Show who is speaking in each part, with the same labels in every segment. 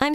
Speaker 1: I'm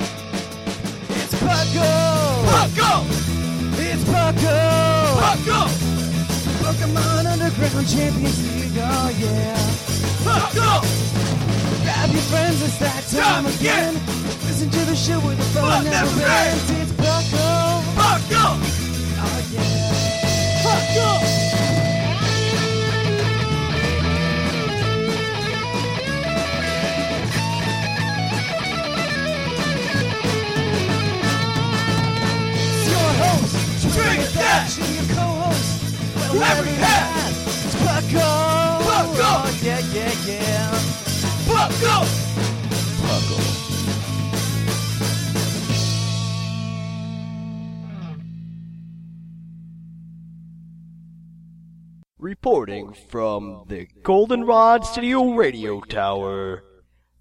Speaker 2: It's Puckle! Puckle! It's Puckle! Puckle! Pokemon Underground Champions League, oh yeah. Puckle! Grab your friends, it's that time again. Listen to the show where the fun never ends. It's Puckle! Puckle! Oh yeah. Puckle! It's your host, Drink That, and your co-host, whoever he has. It's Puckle. Puckle. Oh, yeah, yeah, yeah. Puckle. Puckle.
Speaker 3: Reporting from the Goldenrod Studio Radio Tower,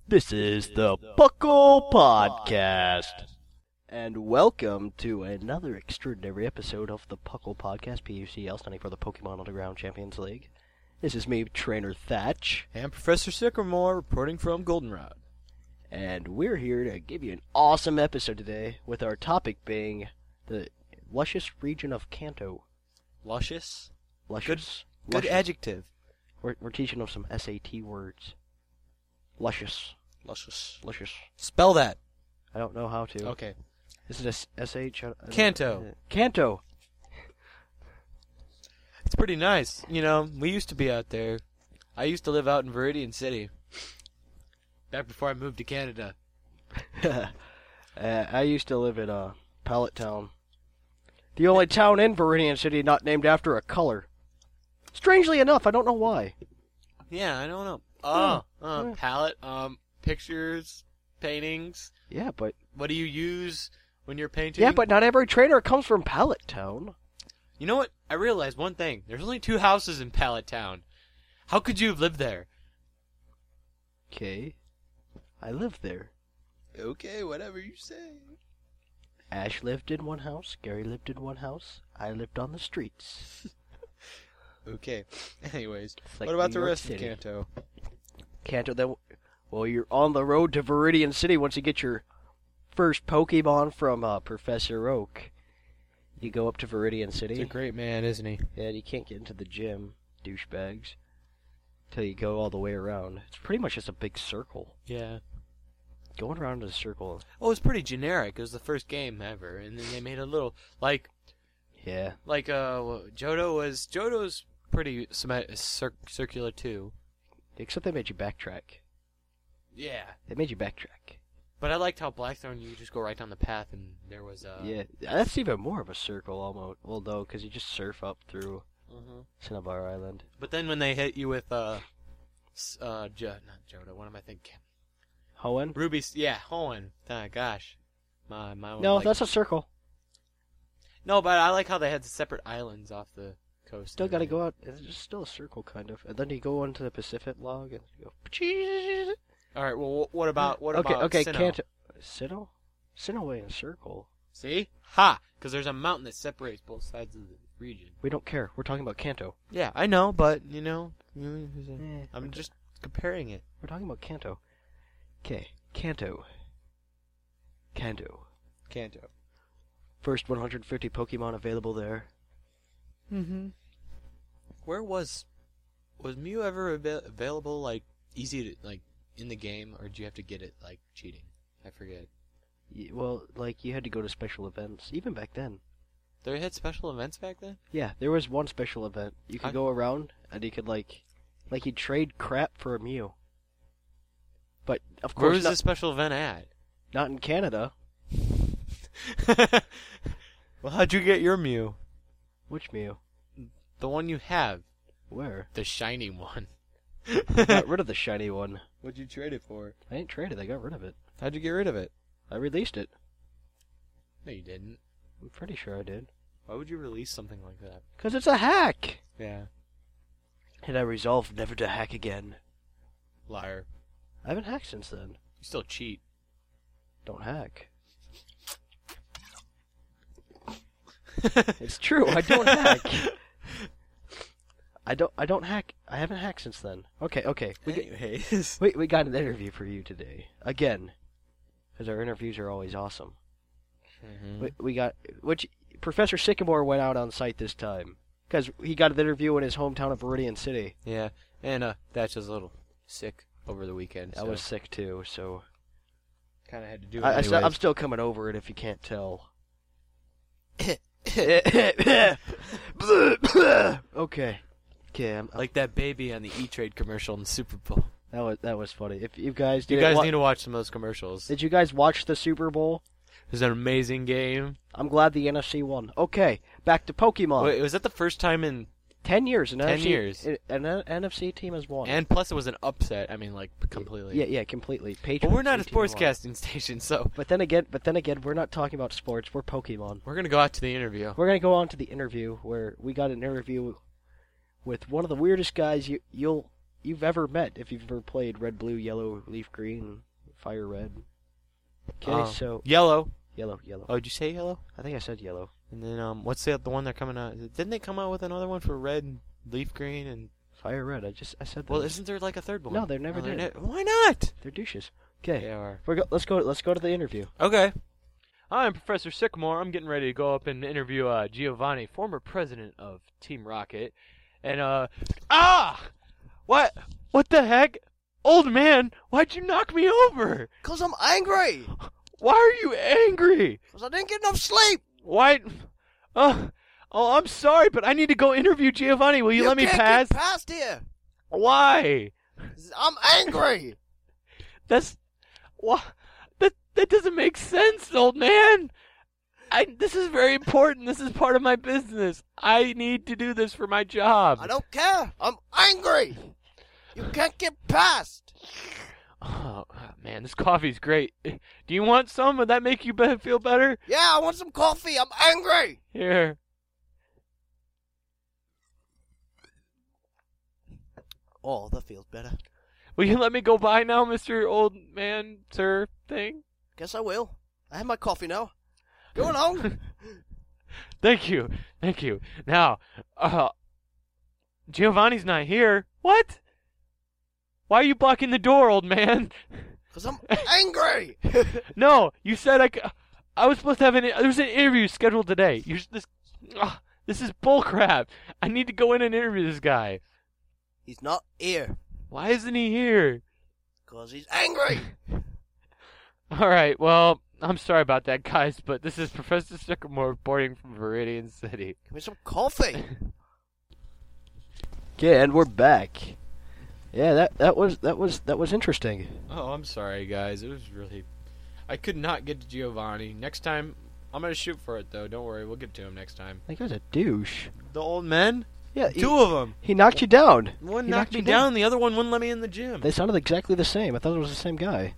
Speaker 3: this is the Buckle Podcast. And welcome to another extraordinary episode of the Puckle Podcast, PUCL, standing for the Pokemon Underground Champions League. This is me, Trainer Thatch,
Speaker 4: And Professor Sycamore reporting from Goldenrod.
Speaker 3: and we're here to give you an awesome episode today, with our topic being the luscious region of Kanto.
Speaker 4: Luscious.
Speaker 3: Luscious.
Speaker 4: Good
Speaker 3: Luscious.
Speaker 4: adjective.
Speaker 3: We're, we're teaching them some SAT words. Luscious.
Speaker 4: Luscious.
Speaker 3: Luscious.
Speaker 4: Spell that.
Speaker 3: I don't know how to.
Speaker 4: Okay.
Speaker 3: This is S uh, H.
Speaker 4: Kanto.
Speaker 3: Kanto.
Speaker 4: It's pretty nice. You know, we used to be out there. I used to live out in Viridian City. Back before I moved to Canada.
Speaker 3: uh, I used to live in uh, Pallet Town. The only town in Viridian City not named after a color. Strangely enough, I don't know why.
Speaker 4: Yeah, I don't know. Oh, uh, palette, um, pictures, paintings.
Speaker 3: Yeah, but
Speaker 4: What do you use when you're painting?
Speaker 3: yeah, but not every trainer comes from Pallet Town.
Speaker 4: You know what? I realized one thing. There's only two houses in Pallet Town. How could you have lived there?
Speaker 3: Okay, I lived there.
Speaker 4: Okay, whatever you say.
Speaker 3: Ash lived in one house. Gary lived in one house. I lived on the streets.
Speaker 4: Okay. Anyways,
Speaker 3: It's like
Speaker 4: what about
Speaker 3: New
Speaker 4: the
Speaker 3: York
Speaker 4: rest
Speaker 3: City.
Speaker 4: of Kanto?
Speaker 3: Kanto. Then, well, you're on the road to Viridian City once you get your first Pokemon from uh, Professor Oak. You go up to Viridian City,
Speaker 4: great man, isn't he?
Speaker 3: and you can't get into the gym, douchebags, till you go all the way around. It's pretty much just a big circle,
Speaker 4: Yeah.
Speaker 3: going around in a circle.
Speaker 4: Oh, it's pretty generic. It was the first game ever, and then they made a little like
Speaker 3: Yeah,
Speaker 4: like uh Jodo was Jodo's pretty symmet- cir- circular too.
Speaker 3: except they made you backtrack.
Speaker 4: Yeah.
Speaker 3: They made you backtrack.
Speaker 4: But I liked how Blackthorn you just go right down the path and there was uh
Speaker 3: yeah, that's even more of a circle almost. Well, no, because you just surf up through
Speaker 4: mhm.
Speaker 3: Cinnabar Island.
Speaker 4: But then when they hit you with uh s- uh jo- not Jodo, what am I thinking?
Speaker 3: Hoenn?
Speaker 4: Ruby's yeah, Hoenn. Ah, gosh. My my
Speaker 3: No,
Speaker 4: like-
Speaker 3: that's a circle.
Speaker 4: No, but I like how they had the separate islands off the coast.
Speaker 3: Still got to go out. It's just still a circle, kind of. And then you go onto the Pacific log and you go.
Speaker 4: All right, well wh- what about what
Speaker 3: Mm, okay,
Speaker 4: about
Speaker 3: okay,
Speaker 4: Sinnoh?
Speaker 3: Kanto. Sinnoh? Sinnoh way in a circle.
Speaker 4: See? Ha! Because there's a mountain that separates both sides of the region.
Speaker 3: We don't care. We're talking about Kanto.
Speaker 4: Yeah, I know, but, you know,
Speaker 3: Eh,
Speaker 4: I'm just comparing it.
Speaker 3: We're talking about Kanto. Okay, Kanto. Kanto.
Speaker 4: Kanto.
Speaker 3: First 150 Pokemon available there.
Speaker 4: Mm-hmm. Where was... Was Mew ever avail available, like, easy to, like, in the game, or do you have to get it, like, cheating? I forget.
Speaker 3: Y- Well, like you had to go to special events even back then.
Speaker 4: They had special events back then?
Speaker 3: Yeah, there was one special event. You could
Speaker 4: I-
Speaker 3: go around and you could like, like you'd trade crap for a Mew. But of
Speaker 4: Where
Speaker 3: course,
Speaker 4: was
Speaker 3: not,
Speaker 4: the special event
Speaker 3: not in Canada.
Speaker 4: at? Well, how'd you get your Mew?
Speaker 3: Which Mew?
Speaker 4: The one you have,
Speaker 3: Where?
Speaker 4: the shiny one.
Speaker 3: I got rid of the shiny one.
Speaker 4: What'd you trade it for?
Speaker 3: I didn't trade it. I got rid of it.
Speaker 4: How'd you get rid of it?
Speaker 3: I released it.
Speaker 4: No, you didn't.
Speaker 3: I'm pretty sure I did.
Speaker 4: Why would you release something like that?
Speaker 3: Cause it's a hack.
Speaker 4: Yeah,
Speaker 3: And I resolved never to hack again.
Speaker 4: liar.
Speaker 3: I haven't hacked since then.
Speaker 4: You still cheat.
Speaker 3: Don't hack. it's true. I don't hack. I don't. I don't hack. I haven't hacked since then. Okay. Okay. We get,
Speaker 4: Anyways,
Speaker 3: wait. We got an interview for you today again, because our interviews are always awesome. We, we got which Professor Sycamore went out on site this time because he got an interview in his hometown of Meridian City.
Speaker 4: yeah, and uh, that's just a little sick over the weekend.
Speaker 3: I was sick too, so
Speaker 4: kind of had to do it.
Speaker 3: I, I st- I'm
Speaker 4: anyways.
Speaker 3: still coming over it if you can't tell. okay. Okay, I'm,
Speaker 4: like that baby on the E Trade commercial in the Super Bowl.
Speaker 3: that was that was funny. If you guys
Speaker 4: You
Speaker 3: did
Speaker 4: guys need to watch some of those commercials. It
Speaker 3: Did you guys watch the Super Bowl?
Speaker 4: was an amazing game.
Speaker 3: I'm glad the NFC won. Okay, back to Pokemon.
Speaker 4: Wait, was that the first time in?
Speaker 3: 10 years an
Speaker 4: 10
Speaker 3: NFC
Speaker 4: years.
Speaker 3: an, an NFC team has won.
Speaker 4: And plus, it was an upset. I mean, like completely.
Speaker 3: yeah, yeah, completely.
Speaker 4: But
Speaker 3: Patriots
Speaker 4: we're not a
Speaker 3: 18 won.
Speaker 4: sportscasting station, so
Speaker 3: But then again, but then again, we're not talking about sports. We're Pokemon.
Speaker 4: we're gonna go out to the interview.
Speaker 3: We're gonna go on to the interview where we got an interview with one of the weirdest guys you you'll you've ever met if you've ever played Red, Blue, Yellow, Leaf Green, Fire Red. Okay,
Speaker 4: Um,
Speaker 3: so
Speaker 4: yellow.
Speaker 3: yellow, yellow.
Speaker 4: Oh, did you say yellow?
Speaker 3: I think I said yellow.
Speaker 4: And then um, what's the the one they're coming out? Didn't they come out with another one for red, and leaf green, and
Speaker 3: Fire Red. I just I said that.
Speaker 4: well, isn't there like a third one?
Speaker 3: No, they never
Speaker 4: they're
Speaker 3: did.
Speaker 4: ne- Why not?
Speaker 3: they're douches. Okay,
Speaker 4: They are.
Speaker 3: we're go- let's go let's go to the interview.
Speaker 4: Okay.
Speaker 5: I'm Professor Sycamore. I'm getting ready to go up and interview uh, Giovanni, former president of Team Rocket. And, uh, ah! What? What the heck? Old man, why'd you knock me over?
Speaker 3: Cause I'm angry.
Speaker 5: Why are you angry?
Speaker 3: Cause I didn't get enough sleep.
Speaker 5: Why? Uh, oh, I'm sorry, but I need to go interview Giovanni. Will you, let me pass?
Speaker 3: past here.
Speaker 5: Why?
Speaker 3: I'm angry.
Speaker 5: That's. Wha That, that doesn't make sense, old man! I, this is very important. This is part of my business. I need to do this for my job.
Speaker 3: don't care. I'm angry. You can't get past.
Speaker 5: Oh man, this coffee's great. Do you want some? Would that make you be- feel better?
Speaker 3: Yeah, I want some coffee. I'm angry.
Speaker 5: Here.
Speaker 3: Oh, that feels better.
Speaker 5: Will you let me go by now, Mr. Old Man Sir Thing?
Speaker 3: Guess I will. I have my coffee now. Go along.
Speaker 5: Thank you. Thank you. Now, uh Giovanni's not here. What? Why are you blocking the door, old man?
Speaker 3: Because I'm angry.
Speaker 5: No, you said I c- I was supposed to have an there's an interview scheduled today. You this ugh, this is bullcrap. I need to go in and interview this guy.
Speaker 3: he's not here.
Speaker 5: Why isn't he here?
Speaker 3: Because he's angry.
Speaker 5: All right. Well, I'm sorry about that, guys, but this is Professor Sycamore reporting from Viridian City.
Speaker 3: Give me some coffee. yeah, and we're back. Yeah, that, that was that was that was interesting.
Speaker 4: Oh, I'm sorry, guys. It was really. I could not get to Giovanni. Next time, I'm gonna shoot for it though. Don't worry, we'll get to him next time.
Speaker 3: That guy's a douche.
Speaker 4: The old men.
Speaker 3: Yeah, he,
Speaker 4: Two of them.
Speaker 3: he knocked you down.
Speaker 4: One
Speaker 3: He
Speaker 4: knocked me down. The other one wouldn't let me in the gym.
Speaker 3: They sounded exactly the same. I thought it was the same guy.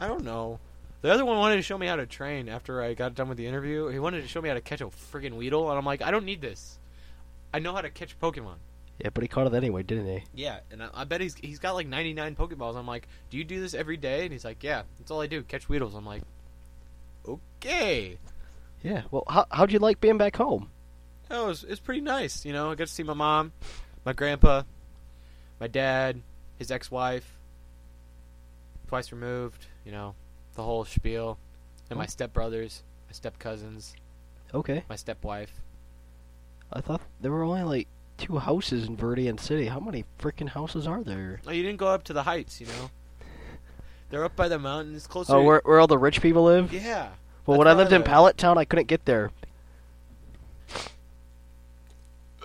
Speaker 4: I don't know. The other one wanted to show me how to train after I got done with the interview. He wanted to show me how to catch a friggin' Weedle, and I'm like, I don't need this. I know how to catch Pokemon.
Speaker 3: Yeah, but he caught it anyway, didn't he?
Speaker 4: Yeah, and I, I bet he's he's got like 99 Pokeballs. I'm like, do you do this every day? And he's like, yeah, that's all I do, catch Weedles. I'm like, okay.
Speaker 3: Yeah. Well, how how'd you like being back home?
Speaker 4: That was it's pretty nice, you know. I got to see my mom, my grandpa, my dad, his ex-wife, twice removed, you know, the whole spiel, and my stepbrothers, my stepcousins,
Speaker 3: Okay.
Speaker 4: my stepwife.
Speaker 3: I thought there were only like two houses in Verdian City. How many freaking houses are there?
Speaker 4: Oh, you didn't go up to the heights, you know. They're up by the mountains, closer.
Speaker 3: oh, where where all the rich people live?
Speaker 4: Yeah.
Speaker 3: well,
Speaker 4: that's
Speaker 3: when I
Speaker 4: where
Speaker 3: lived in
Speaker 4: live.
Speaker 3: Pallet Town, I couldn't get there.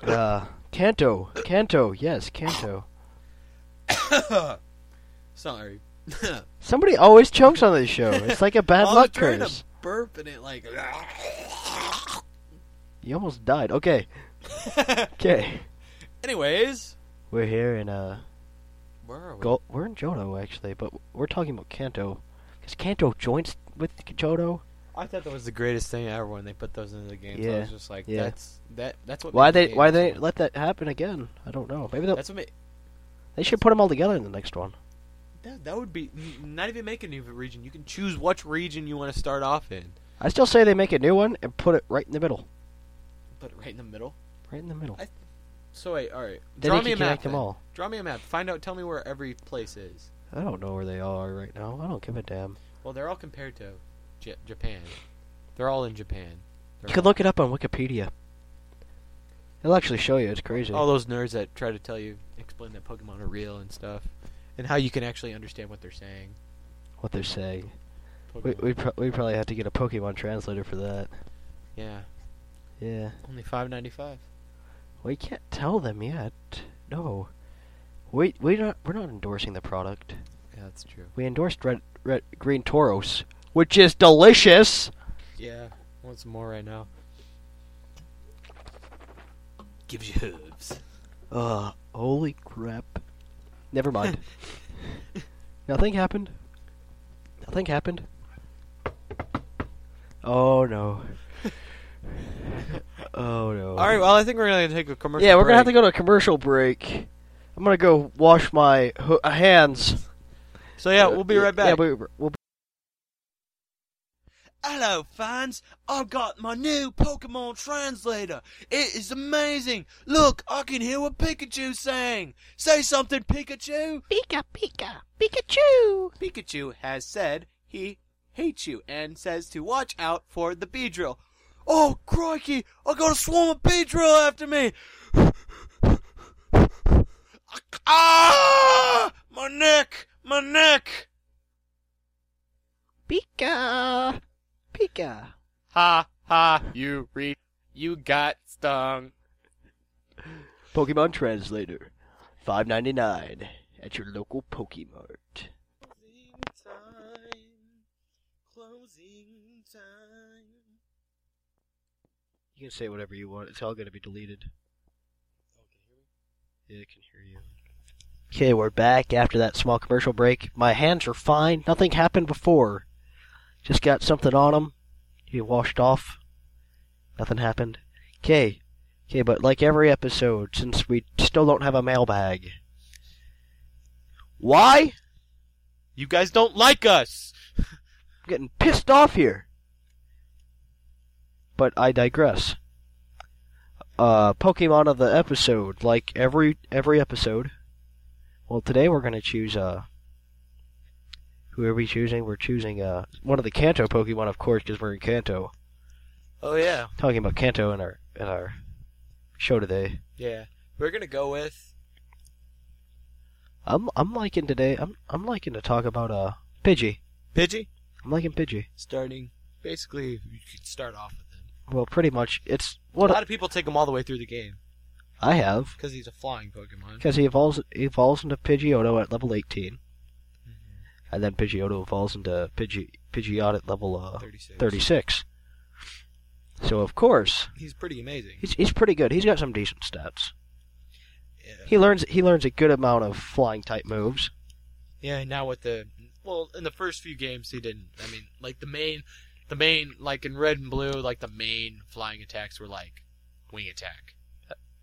Speaker 3: Uh, Kanto, Kanto, yes, Kanto.
Speaker 4: Sorry.
Speaker 3: Somebody always chokes on this show. It's like a bad
Speaker 4: I was
Speaker 3: luck
Speaker 4: trying to
Speaker 3: curse.
Speaker 4: burp and it like.
Speaker 3: You almost died. Okay. Okay.
Speaker 4: Anyways,
Speaker 3: We're here in uh,
Speaker 4: where are we?
Speaker 3: Go- we're in Johto actually, but we're talking about Kanto, because Kanto joints with Johto.
Speaker 4: I thought that was the greatest thing ever when they put those into the game. So I
Speaker 3: Yeah,
Speaker 4: was just like,
Speaker 3: yeah.
Speaker 4: that's that. That's what.
Speaker 3: Why
Speaker 4: made the
Speaker 3: they
Speaker 4: game
Speaker 3: why
Speaker 4: so
Speaker 3: they
Speaker 4: much-
Speaker 3: let that happen again? I don't know. Maybe they
Speaker 4: That's what made,
Speaker 3: they should put them all together in the next one.
Speaker 4: that, that would be n- not even make a new region. You can choose which region you want to start off in.
Speaker 3: I still say they make a new one and put it right in the middle.
Speaker 4: Put it right in the middle.
Speaker 3: Right in the middle.
Speaker 4: I- So wait, all right.
Speaker 3: Then
Speaker 4: Draw
Speaker 3: you
Speaker 4: me
Speaker 3: can
Speaker 4: a map.
Speaker 3: connect them
Speaker 4: then.
Speaker 3: all.
Speaker 4: Draw me a map. Find out. Tell me where every place is.
Speaker 3: I don't know where they are right now. I don't give a damn.
Speaker 4: Well, they're all compared to J- Japan. They're all in Japan. They're
Speaker 3: You could
Speaker 4: all-
Speaker 3: look it up on Wikipedia. It'll actually show you. It's crazy.
Speaker 4: all those nerds that try to tell you, explain that Pokemon are real and stuff, and how you can actually understand what they're saying.
Speaker 3: what they're saying. We
Speaker 4: Pokemon.
Speaker 3: we pro- we probably have to get a Pokemon translator for that.
Speaker 4: yeah,
Speaker 3: Yeah.
Speaker 4: only five ninety five.
Speaker 3: We can't tell them yet. No. We we not we're not endorsing the product.
Speaker 4: Yeah, that's true.
Speaker 3: We endorsed red red green Toros, which is delicious.
Speaker 4: Yeah, I want some more right now. Gives you hooves.
Speaker 3: Uh, holy crap. Never mind. Nothing happened. Nothing happened. Oh no. oh no.
Speaker 4: All right, well, I think we're gonna take a commercial.
Speaker 3: Yeah, we're gonna have to go to a commercial break. I'm gonna go wash my ho- uh, hands.
Speaker 4: So yeah, we'll be right back.
Speaker 3: Yeah, we, we'll be.
Speaker 4: Hello, fans! I've got my new Pokemon translator. It is amazing. Look, I can hear what Pikachu's saying. Say something, Pikachu.
Speaker 3: Pika Pika Pikachu.
Speaker 4: Pikachu has said he hates you and says to watch out for the Beedrill. Oh, crikey! I got a swarm of Beedrill after me! ah! My neck! My neck!
Speaker 3: Pika Pika.
Speaker 4: Ha ha! You re. You got stung.
Speaker 3: Pokemon Translator, five ninety nine at your local Pokemart.
Speaker 4: Closing time. Closing time.
Speaker 3: You can say whatever you want. It's all going to be deleted. Yeah, I Oh, can hear you. Okay, we're back after that small commercial break. My hands are fine. Nothing happened before. Just got something on them. He washed off. Nothing happened. Okay. Okay, but like every episode, since we still don't have a mailbag. Why? I'm
Speaker 4: You guys don't like us!
Speaker 3: getting pissed off here. But I digress. uh, Pokemon of the episode, like every every episode. Well, today we're gonna choose uh, who are we choosing? We're choosing uh one of the Kanto Pokemon, of course, because we're in Kanto.
Speaker 4: Oh, yeah.
Speaker 3: Talking about Kanto in our in our show today.
Speaker 4: Yeah. We're gonna go with.
Speaker 3: I'm I'm liking today. I'm I'm liking to talk about uh Pidgey.
Speaker 4: Pidgey?
Speaker 3: I'm liking Pidgey.
Speaker 4: Starting. Basically, you could start off with him.
Speaker 3: Well, pretty much it's
Speaker 4: A
Speaker 3: what
Speaker 4: lot of people take him all the way through the game
Speaker 3: I have
Speaker 4: because he's a flying Pokemon.
Speaker 3: because he evolves evolves into Pidgeotto at level 18, and then Pidgeotto evolves into Pidgey Pidgeot at level uh
Speaker 4: 36.
Speaker 3: 36. So of course,
Speaker 4: He's pretty amazing.
Speaker 3: he's he's pretty good. He's got some decent stats.
Speaker 4: Yeah.
Speaker 3: He learns he learns a good amount of flying type moves.
Speaker 4: Yeah, now with the well, in the first few games he didn't. I mean, like the main, the main like in red and blue, like the main flying attacks were like wing attack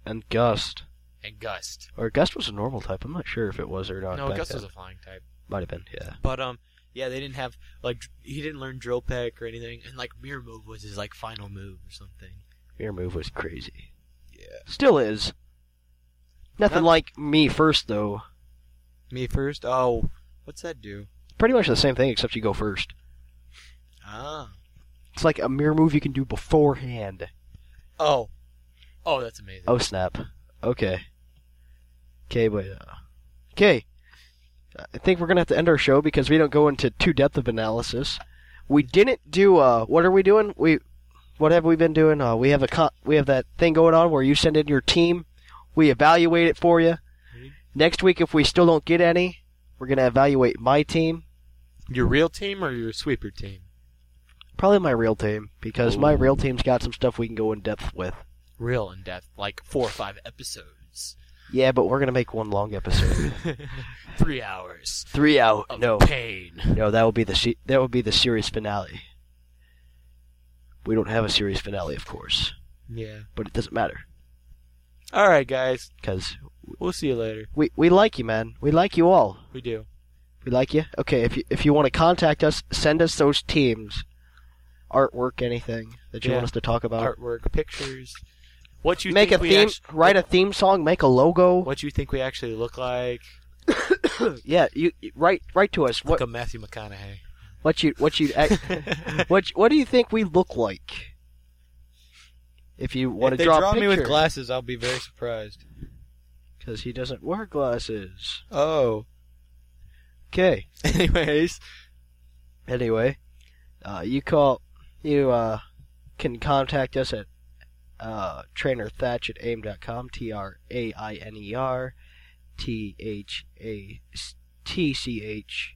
Speaker 3: And Gust,
Speaker 4: and gust.
Speaker 3: or Gust was a normal type. I'm not sure if it was or not.
Speaker 4: no,
Speaker 3: back
Speaker 4: gust
Speaker 3: then.
Speaker 4: was a flying type.
Speaker 3: might have been. Yeah,
Speaker 4: But um, yeah, they didn't have like dr- he didn't learn drill peck or anything, and like mirror move was his like final move or something.
Speaker 3: your move was crazy.
Speaker 4: Yeah.
Speaker 3: Still is. Nothing
Speaker 4: Not-
Speaker 3: like me first though.
Speaker 4: Me first. Oh, what's that do?
Speaker 3: Pretty much the same thing except you go first.
Speaker 4: Ah.
Speaker 3: It's like a mirror move you can do beforehand.
Speaker 4: Oh. Oh, that's amazing.
Speaker 3: Oh snap. Okay. Okay, but uh, okay. I think we're gonna have to end our show because we don't go into too depth of analysis. We didn't do. Uh, what are we doing? We, what have we been doing? Uh, we have a co- we have that thing going on where you send in your team, we evaluate it for you. Next week, if we still don't get any, we're gonna evaluate my team.
Speaker 4: Your real team or your sweeper team?
Speaker 3: Probably my real team, because my real team's got some stuff we can go in depth with.
Speaker 4: Real in depth, like four or five episodes,
Speaker 3: Yeah, but we're gonna make one long episode.
Speaker 4: three hours
Speaker 3: Three out.
Speaker 4: of
Speaker 3: No,
Speaker 4: pain.
Speaker 3: no, that would be the se- that would be the series finale. We don't have a series finale, of course,
Speaker 4: Yeah.
Speaker 3: but it doesn't matter
Speaker 4: All right, guys.
Speaker 3: because
Speaker 4: We'll see you later.
Speaker 3: we we like you, man. We like you all.
Speaker 4: We do.
Speaker 3: We like you. Okay, if you if you want to contact us, send us those teams, artwork, anything that you
Speaker 4: Yeah.
Speaker 3: want us to talk about.
Speaker 4: Artwork, pictures. What you
Speaker 3: Uh, make a
Speaker 4: think we
Speaker 3: theme,
Speaker 4: act-
Speaker 3: write a theme song, make a logo.
Speaker 4: What you think we actually look like?
Speaker 3: Yeah, you write write to us.
Speaker 4: Look
Speaker 3: What
Speaker 4: Like a Matthew McConaughey.
Speaker 3: what you what you act- what what do you think we look like? If you want
Speaker 6: if
Speaker 3: to
Speaker 6: they
Speaker 3: draw,
Speaker 6: draw,
Speaker 3: a
Speaker 6: me
Speaker 3: picture,
Speaker 6: with glasses, I'll be very surprised.
Speaker 3: because he doesn't wear glasses.
Speaker 6: Oh.
Speaker 3: Okay.
Speaker 6: Anyways,
Speaker 3: Anyway, uh, you call you uh, can contact us at uh, trainerthatch at aim.com, T R A I N E R T H A T C H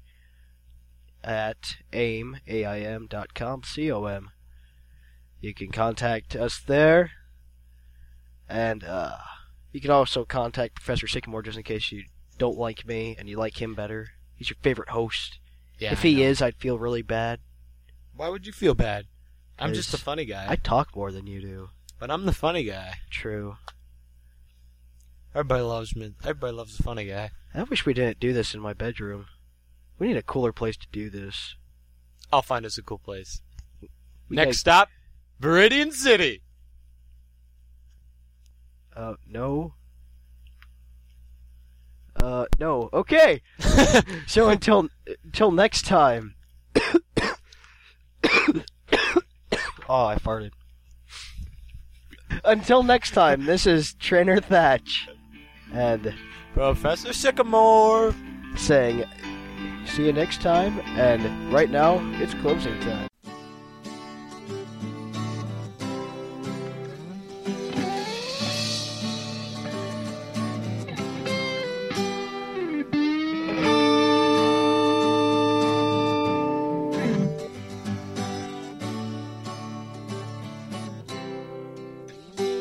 Speaker 3: at aim A I M dot com C O M. You can contact us there, and uh, you can also contact Professor Sycamore just in case you don't like me and you like him better. He's your favorite host
Speaker 4: Yeah.
Speaker 3: if
Speaker 4: I
Speaker 3: he
Speaker 4: know.
Speaker 3: is, I'd feel really bad.
Speaker 6: why would you feel bad? I'm just the
Speaker 3: 'Cause
Speaker 6: funny guy,
Speaker 3: I talk more than you do.
Speaker 6: but I'm the funny guy.
Speaker 3: True.
Speaker 6: Everybody loves me. Everybody loves the funny guy.
Speaker 3: I wish we didn't do this in my bedroom. We need a cooler place to do this.
Speaker 6: I'll find us a cool place.
Speaker 3: We
Speaker 6: Next stop, Viridian City.
Speaker 3: gotta- uh, no. Uh, no. Okay. so until until next time. oh, I farted. Until next time, this is Trainer Thatch, and.
Speaker 6: Professor Sycamore.
Speaker 3: saying, see you next time, and right now, it's closing time.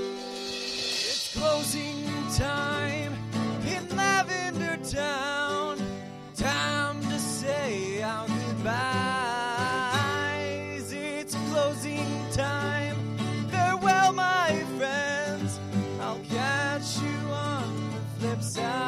Speaker 2: It's closing time in Lavender Town. Time to say our goodbyes. It's closing time. Farewell, my friends. I'll catch you on the flip side.